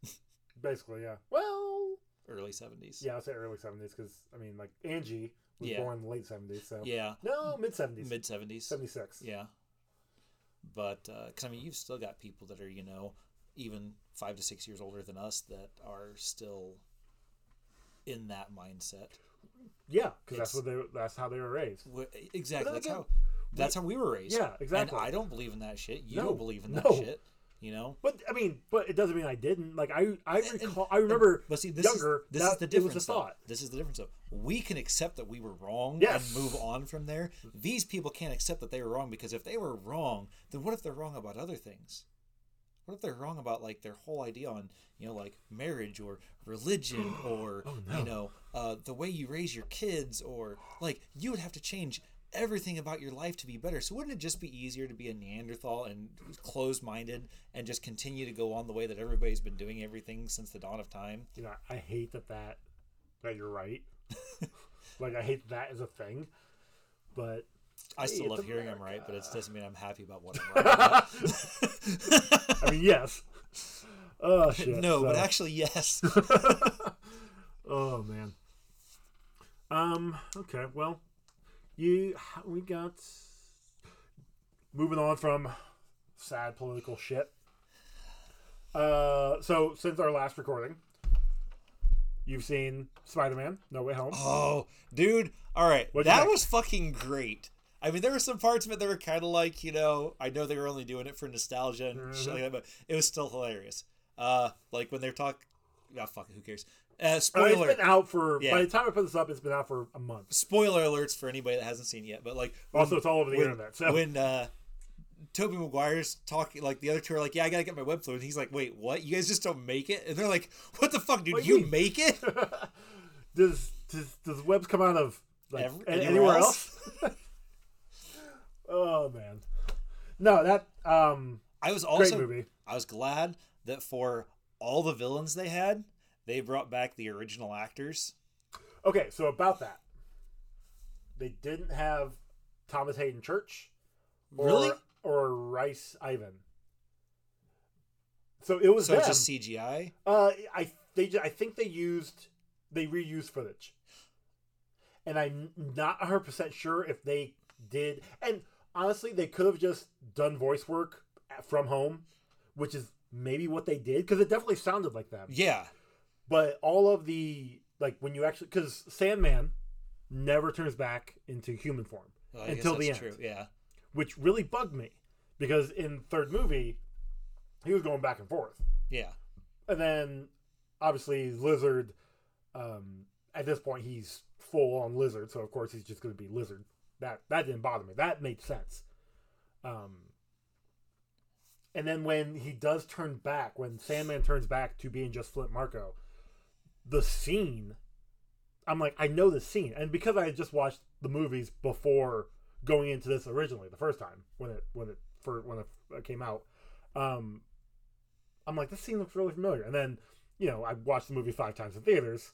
Basically, yeah. Well, early 70s Yeah, I'll say early seventies because I mean, like Angie was Yeah. born in the late seventies, so yeah no, mid seventies, mid 70s seventy six. yeah but uh 'cause i mean you've still got people that are you know even five to six years older than us that are still in that mindset yeah, because It's- that's what they that's how they were raised. Wh- e, exactly then that's again, how that's how we were raised Yeah, exactly. and i don't believe in that shit you No, don't believe in that no. shit you know But I mean, but it doesn't mean I didn't. Like I, I And- recall, I remember But see, this younger. is, this is is the difference. It was a though. thought. This is the difference. Though we can accept that we were wrong Yes. and move on from there. These people can't accept that they were wrong because if they were wrong, then what if they're wrong about other things? What if they're wrong about like their whole idea on you know like marriage or religion Oh, or you know uh, the way you raise your kids or like you would have to change everything about your life to be better. So wouldn't it just be easier to be a Neanderthal and closed minded and just continue to go on the way that everybody's been doing everything since the dawn of time? You know, I hate that that that you're right. like I hate that as a thing, but I still Hey, love it's hearing I'm right, but it doesn't mean I'm happy about what I'm right. about. I mean yes. Oh shit. no, but so- actually, yes. Oh man. Um. Okay. Well, you we got moving on from sad political shit. Uh. So since our last recording, you've seen Spider-Man: No Way Home. Oh, dude. All right. What'd you that think? was fucking great. I mean, there were some parts of it that were kind of like, you know, I know they were only doing it for nostalgia and Mm-hmm. shit like that, but it was still hilarious. Uh, like when they're talking. Ah, fuck it. Who cares? Uh, I mean, spoiler. Oh, it's been out for. Yeah. By the time I put this up, it's been out for a month. spoiler alerts for anybody that hasn't seen it yet, but like. Also, it's all over the when, internet. So when uh Toby Maguire's talking like the other two are like, Yeah, I gotta get my web fluid and he's like, Wait, what? You guys just don't make it? And they're like, What the fuck, dude, What do you you mean?" make it? does does does webs come out of like, Every- a- anywhere anywhere, else? else? oh man, no that um I was great also movie. I was glad that for all the villains they had, they brought back the original actors. Okay, so about that, they didn't have Thomas Hayden Church, or, Really? or Rice Ivan. So it was So them. it's just CGI. Uh, I they ju- I think they used they reused footage, and I'm not 100 percent sure if they did. And honestly, they could have just done voice work at- from home, which is maybe what they did because it definitely sounded like them. Yeah. But all of the like when you actually because Sandman never turns back into human form Well, I guess until the end that's True. Yeah. which really bugged me because in third movie he was going back and forth Yeah. and then obviously lizard um at this point he's full on lizard so of course he's just going to be lizard that that didn't bother me that made sense um and then when he does turn back when sandman turns back to being just flint marco the scene i'm like i know the scene and because i had just watched the movies before going into this originally the first time when it when it for when it came out um I'm like, this scene looks really familiar. And then, you know, I watched the movie five times in theaters.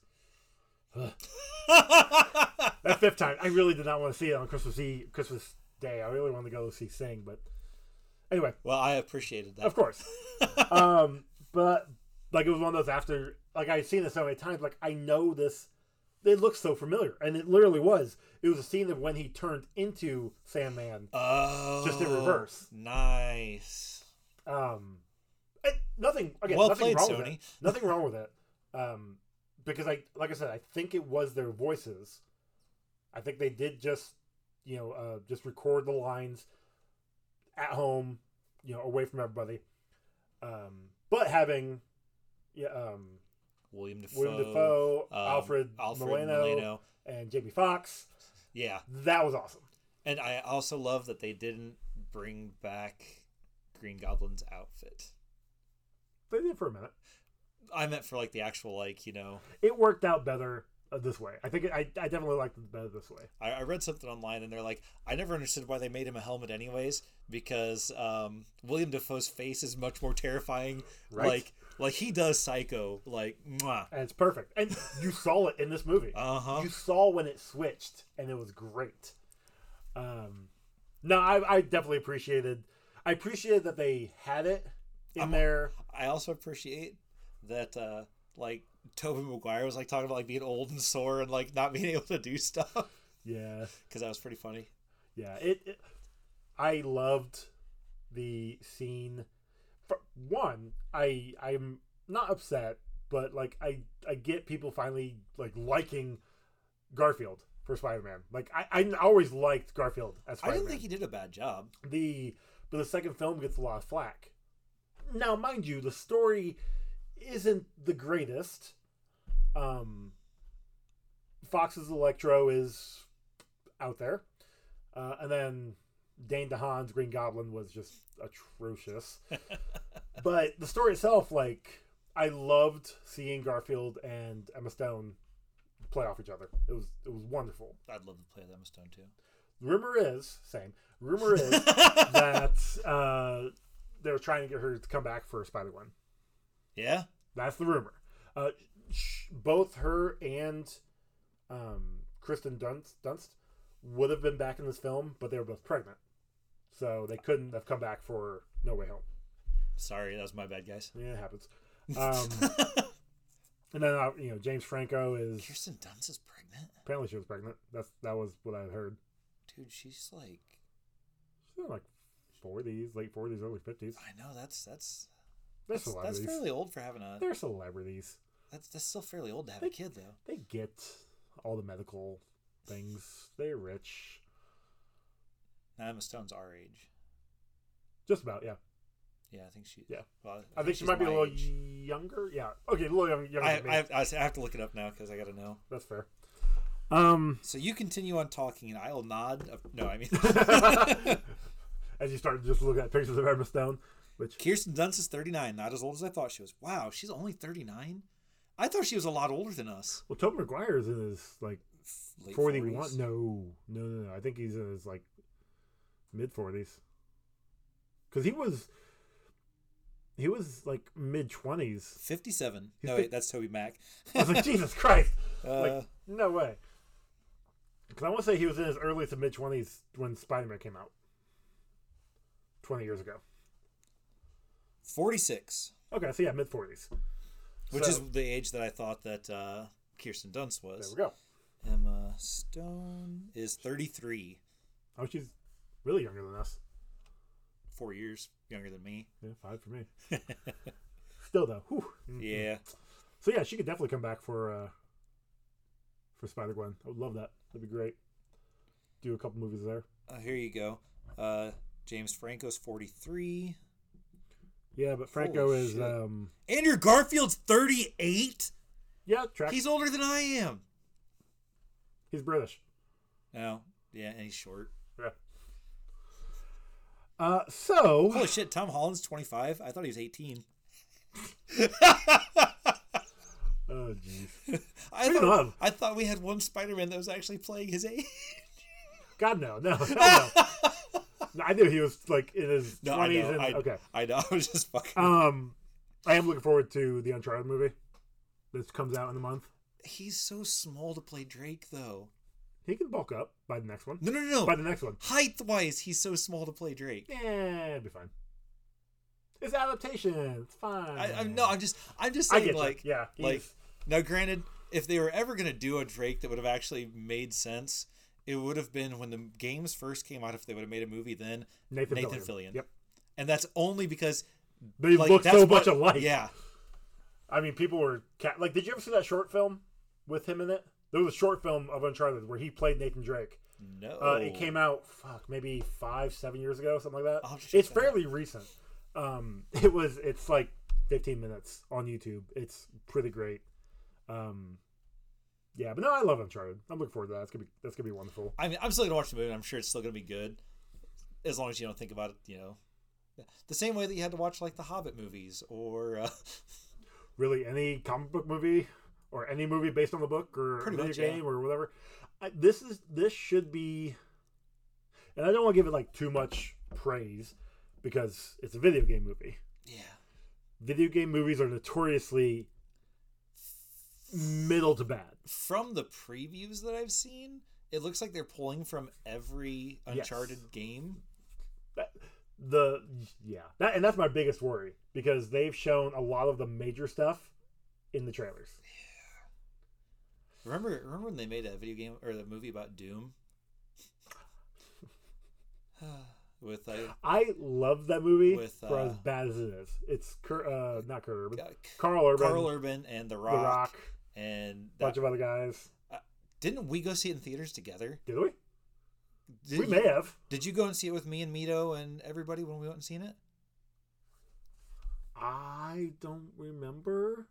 That fifth time, I really did not want to see it on Christmas Eve, Christmas Day. I really wanted to go see Sing, but anyway, well, I appreciated that. of course. um, but like, it was one of those after, like, I've seen it so many times. Like, I know this. It looks so familiar, and it literally was. It was a scene of when he turned into Sandman. Oh. Just in reverse. Nice. Um, and nothing again. Well nothing played, wrong With Sony. it. Nothing wrong with it. Um, because I, like I said, I think it was their voices. I think they did just, you know, uh, just record the lines at home, you know, away from everybody. Um, but having, yeah, um, William Defoe. William Defoe, um, Alfred, Alfred Molano, Molano. and Jamie Fox, Yeah. that was awesome. And I also love that they didn't bring back Green Goblin's outfit. They did for a minute. I meant for like the actual like you know It worked out better uh, this way. I think it, I, I definitely liked it better this way. I, I read something online and they're like, I never understood why they made him a helmet anyways, because um, William Defoe's face is much more terrifying. Right. Like like he does psycho, like mwah. and it's perfect. And you saw it in this movie. Uh-huh. You saw when it switched, and it was great. Um, no, I, I definitely appreciated. I appreciated that they had it in there. I also appreciate that uh like Toby Maguire was like talking about like being old and sore and like not being able to do stuff. Yeah, Because that was pretty funny. yeah. It, it. I loved the scene. For one, I I'm not upset, but like I I get people finally like liking Garfield for Spider-Man. Like I, I always liked Garfield as I Spider-Man. didn't think he did a bad job. the but the second film gets a lot of flack. Now, mind you, the story isn't the greatest. Um, Fox's Electro is out there, uh, and then Dane DeHaan's Green Goblin was just atrocious. but the story itself, like, I loved seeing Garfield and Emma Stone play off each other. It was it was wonderful. I'd love to play with Emma Stone too. Rumor is same. Rumor is that uh, they were trying to get her to come back for Spider One. Yeah? That's the rumor. Uh, sh- both her and um, Kristen Dunst, Dunst would have been back in this film, but they were both pregnant, so they couldn't have come back for No Way Home. Sorry, that was my bad, guys. Yeah, it happens. Um, and then uh, you know James Franco is Kirsten Dunst is pregnant, apparently she was pregnant. That's that was what I had heard. dude. She's like, She's in like forties, late forties, early fifties. I know that's that's They're that's, that's celebrities. fairly old for having a. They're celebrities. That's that's still fairly old to have a kid though. They get all the medical things. They're rich. Now Emma Stone's our age. Just about, yeah. Yeah, I think she. Yeah. well, I think she she's might be a my little age. younger. Yeah. Okay, a little young, younger. I, than me. I, I have to look it up now because I got to know. That's fair. Um, So you continue on talking, and I'll nod. Uh, No, I mean, as you start just looking at pictures of Emma Stone, which Kirsten Dunst is 39, not as old as I thought she was. Wow, she's only 39. I thought she was a lot older than us. well, Tobey Maguire is in his like Late forty-one. 40s. No, no, no, no. I think he's in his like mid forties. Because he was, he was like mid twenties. 57. He's no, fif- wait, that's Toby Mac. I was like, Jesus Christ! Uh, like, no way. Because I want to say he was in his early to mid twenties when Spider Man came out, twenty years ago. 46, Okay, so yeah, mid forties. which So- is the age that I thought that uh, Kirsten Dunst There we was. go. Emma Stone is 33, Oh, she's really younger than us. four years younger than me. Yeah, five for me. Still though. Whew. Yeah. So yeah, she could definitely come back for uh for Spider Gwen. I would love that. That'd be great. Do a couple movies there. Uh, here you go. Uh, James Franco's 43. Yeah, but Franco Holy is shit. um Andrew Garfield's 38. yeah, track. He's, He's older than I am. British. No. Yeah, and he's short. Yeah. Uh so Holy shit, Tom Holland's 25. I thought he was 18. Oh jeez. I Speaking thought, of- I thought we had one Spider Man that was actually playing his age. God no, no, hell no. No, I knew he was like in his No, I twenties know. and I, okay. I know. I was just fucking. Um I am looking forward to the Uncharted movie. This comes out in a month. He's so small to play Drake, though. He can bulk up by the next one. No, no, no. By the next one. Height wise, he's so small to play Drake. Yeah, it'd be fine. It's adaptation. It's fine. I, I'm no, I'm just, I'm just I saying, get you. like, Yeah, like he's- now. Granted, if they were ever gonna do a Drake that would have actually made sense, it would have been when the games first came out. If they would have made a movie, then Nathan, Nathan Fillion. Fillion. Yep. and that's only because They like, look that's so much what- alike. Yeah, I mean, people were cat- like, did you ever see that short film with him in it? There was a short film of Uncharted where he played Nathan Drake. no. Uh, It came out, fuck, maybe five, seven years ago, something like that. Oh. I'll have to check It's that out. fairly recent. Um, it was, it's like 15 minutes on YouTube. It's pretty great. Um, yeah, but no, I love Uncharted. I'm looking forward to that. It's gonna be, that's gonna be wonderful. I mean, I'm still gonna watch the movie. and I'm sure it's still gonna be good, as long as you don't think about it. You know, the same way that you had to watch like the Hobbit movies or uh, really any comic book movie or any movie based on the book or Pretty video much, yeah. game or whatever. I, this is this should be, and I don't want to give it like too much praise because it's a video game movie. yeah, Video game movies are notoriously middle to bad. from the previews that I've seen, it looks like they're pulling from every Yes. Uncharted game. That- the yeah, that, and that's my biggest worry because they've shown a lot of the major stuff in the trailers. Remember, remember when they made that video game or the movie about Doom? With uh, I love that movie With, for uh, as bad as it is. It's Cur- uh, not Kurt Urban, Ca- Carl Urban, Carl Urban and The Rock, The Rock, and a bunch that, uh, of other guys. didn't we go see it in theaters together? Did we? Did we you- may have. Did you go and see it with me and Mito and everybody when we went and seen it? I don't remember.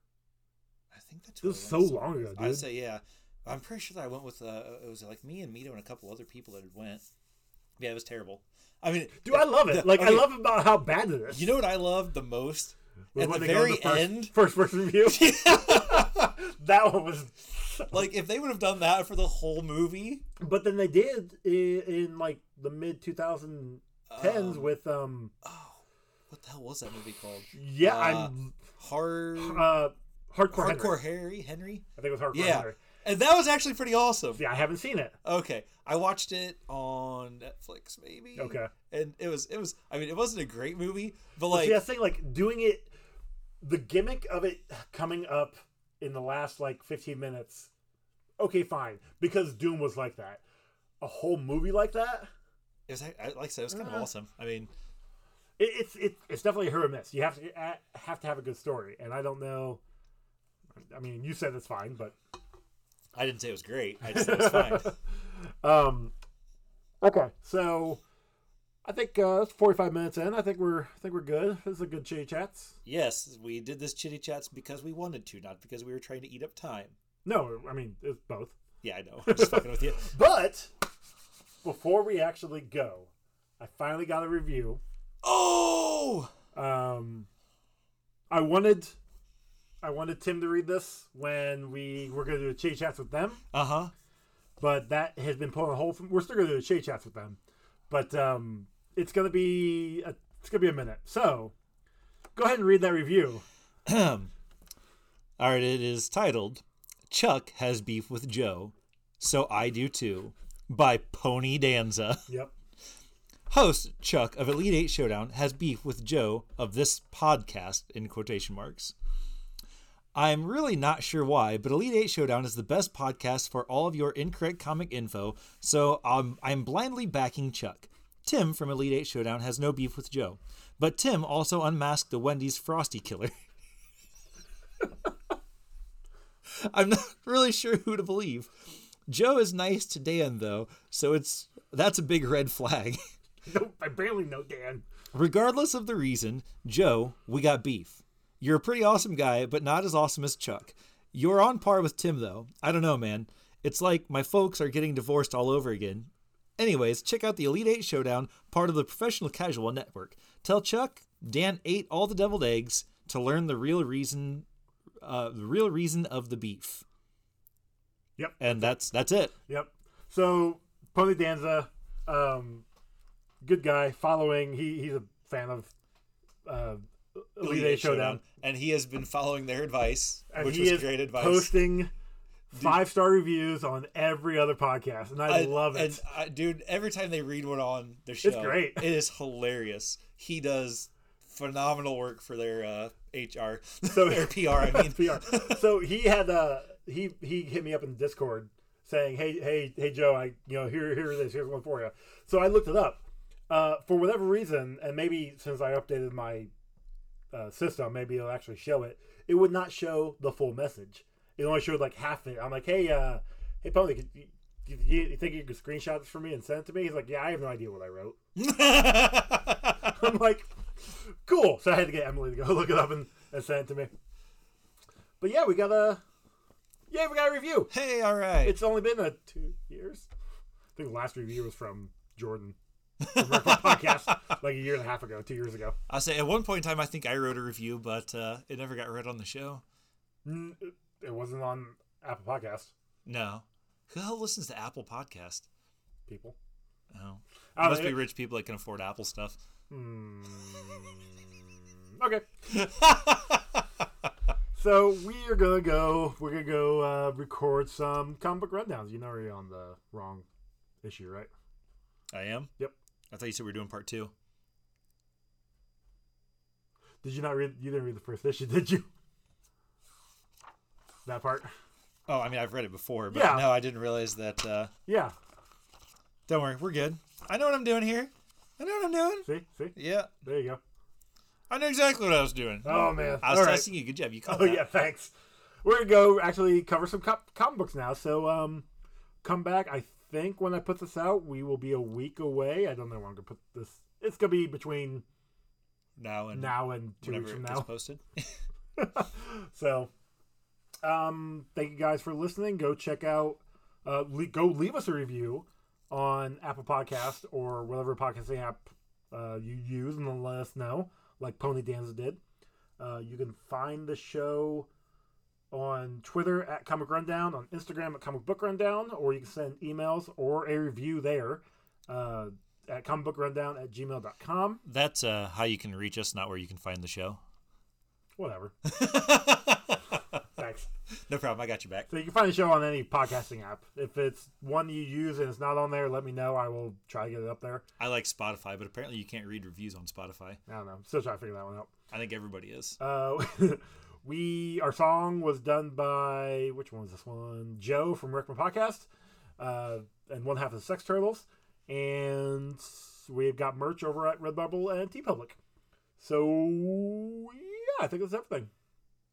I think that's This what was I so went with long someone ago, else. dude. I'd say yeah. I'm pretty sure that I went with uh, it was like me and Mito and a couple other people that had went. Yeah, it was terrible. I mean, Dude, I love it. the- Like I okay, love about how bad it is. You know what I love the most Was at the they go very into first, end. first person view. that one was. Like if they would have done that for the whole movie, But then they did in, in like the mid 2010s Um, with um. what the hell was that movie called? Yeah, uh, I'm Hard. uh Hardcore, Henry. Hardcore Harry Henry. I think it was Hardcore Yeah, Henry. and that was actually pretty awesome. See, I haven't seen it. Okay, I watched it on Netflix, maybe. Okay. and it was it was. I mean, it wasn't a great movie, but See, like, that's the thing, like doing it, the gimmick of it coming up in the last like 15 minutes. Okay, fine, because Doom was like that. A whole movie like that. it was like I like I said, it was kind of Uh. awesome. I mean, It, it's it, it's definitely a hit or miss. You have to uh, have to have a good story, and I don't know. I mean, you said it's fine, but I didn't say it was great. I just said it was fine. um, okay. So, I think uh, that's forty five minutes in. I think we're I think we're good. This is a good chitty chats. Yes, we did this chitty chats because we wanted to, not because we were trying to eat up time. No, I mean it's both. Yeah, I know. I'm just fucking with you. But before we actually go, I finally got a review. Oh, Um, I wanted I wanted Tim to read this when we were going to do a chitty chats with them. uh huh. but that has been put on hold. From, we're still going to do a chit chats with them, but um, it's going to be a, it's going to be a minute. So go ahead and read that review. All right, it is titled Chuck Has Beef with Joe, So I Do Too by Pony Danza. Yep. Host Chuck of Elite Eight Showdown has beef with Joe of this podcast in quotation marks. I'm really not sure why, but Elite Eight Showdown is the best podcast for all of your incorrect comic info, so um, I'm blindly backing Chuck. Tim from Elite Eight Showdown has no beef with Joe, but Tim also unmasked the Wendy's Frosty Killer. I'm not really sure who to believe. Joe is nice to Dan though, so it's that's a big red flag. Nope, I barely know Dan. Regardless of the reason, Joe, we got beef. You're a pretty awesome guy, but not as awesome as Chuck. You're on par with Tim, though. I don't know, man. It's like my folks are getting divorced all over again. Anyways, check out the Elite Eight Showdown, part of the Professional Casual Network. Tell Chuck Dan ate all the deviled eggs to learn the real reason, uh, the real reason of the beef. Yep. And that's that's it. Yep. So Pony Danza, um, good guy. Following, he he's a fan of uh, Elite Eight Showdown, and he has been following their advice, and which he was is great advice. posting. Five star reviews on every other podcast, and I, love it. and I, dude, every time they read one on their show, great. It is hilarious. He does phenomenal work for their uh, HR, So- their PR. I mean, PR. So he had uh he he hit me up in Discord saying, "Hey hey hey Joe, I you know here here it is here's one for you." So I looked it up. Uh, for whatever reason, and maybe since I updated my uh, system, maybe it'll actually show it. It would not show the full message. It only showed like half it. I'm like, "Hey uh, hey Pony, could you, you, you think you could screenshot this for me and send it to me?" He's like, "Yeah, I have no idea what I wrote." I'm like, cool. So I had to get Emily to go look it up and, and send it to me. But yeah, we got a yeah, we got a review. hey, all right. It's only been a two years. I think the last review was from Jordan from Red Bull podcast like a year and a half ago, two years ago. I say at one point in time, I think I wrote a review, but uh, it never got read on the show. Mm, It wasn't on Apple Podcast. No, who the hell listens to Apple Podcast? People, Oh, I don't must know. be rich people that can afford Apple stuff. Mm, okay. so we are gonna go. We're gonna go uh, record some comic book rundowns. You know, you're on the wrong issue, right? I am. Yep. I thought you said we were doing part two. Did you not read? You didn't read the first issue, did you? That part. Oh, I mean, I've read it before, but Yeah. no, I didn't realize that. Uh, Yeah. Don't worry, we're good. I know what I'm doing here. I know what I'm doing. See. See. Yeah, There you go. I know exactly what I was doing. Oh man. I was All right. testing you. Good job. You caught Oh that. yeah. Thanks. We're gonna go actually cover some co- comic books now. So um, come back. I think when I put this out, we will be a week away. I don't know when I'm gonna put this. It's gonna be between Now and now and two whenever weeks from it gets now. posted. So, um, thank you guys for listening. Go check out, uh, le- go leave us a review on Apple Podcast or whatever podcasting app uh, you use, and then let us know, like Pony Danza did. Uh, you can find the show on Twitter at Comic Rundown, on Instagram at Comic Book Rundown, or you can send emails or a review there uh, at comicbookrundown at gmail.com. That's uh, how you can reach us, not where you can find the show. Whatever. No problem. I got you back. So you can find the show on any podcasting app. If it's one you use and it's not on there, let me know. I will try to get it up there. I like Spotify, but apparently you can't read reviews on Spotify. I don't know. Still trying to figure that one out. I think everybody is. Uh, we our song was done by which one was this one? Joe from Rickman Podcast, uh, and one half of the Sex Turtles, and we've got merch over at Redbubble and T Public. So yeah, I think that's everything.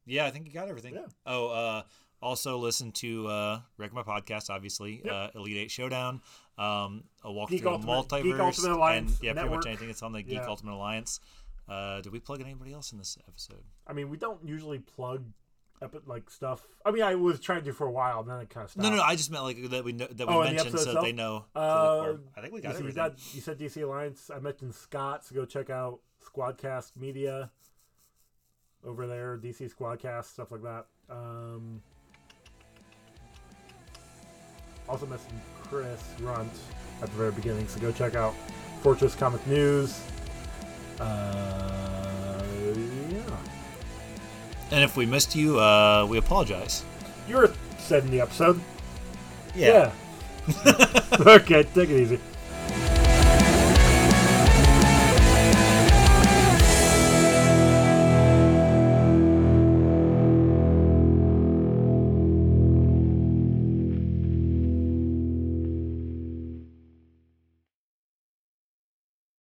Yeah, I think you got everything. Yeah. Oh, uh, also listen to uh, Wreck My Podcast, obviously. Yep. Uh, Elite Eight Showdown, um, A Walk Geek Through Ultimate- the Multiverse, Geek Ultimate Alliance and yeah, pretty Network. much anything that's on the Geek Yeah. Ultimate Alliance. Uh, did we plug in anybody else in this episode? I mean, we don't usually plug epi- like stuff. I mean, I was trying to for a while, then it kind of stopped. No, no, no. I just meant like that we know, that we Oh, in the mentioned episode so that they itself? know. to Uh, look for. I think we got you, everything. said, you said DC Alliance. I mentioned Scott, so go check out Squadcast Media over there, DC Squadcast, stuff like that. Um, also mentioned Chris Runt at the very beginning, so go check out Fortress Comic News. Uh, yeah. and if we missed you, uh, we apologize. You were said in the episode. yeah. okay, take it easy.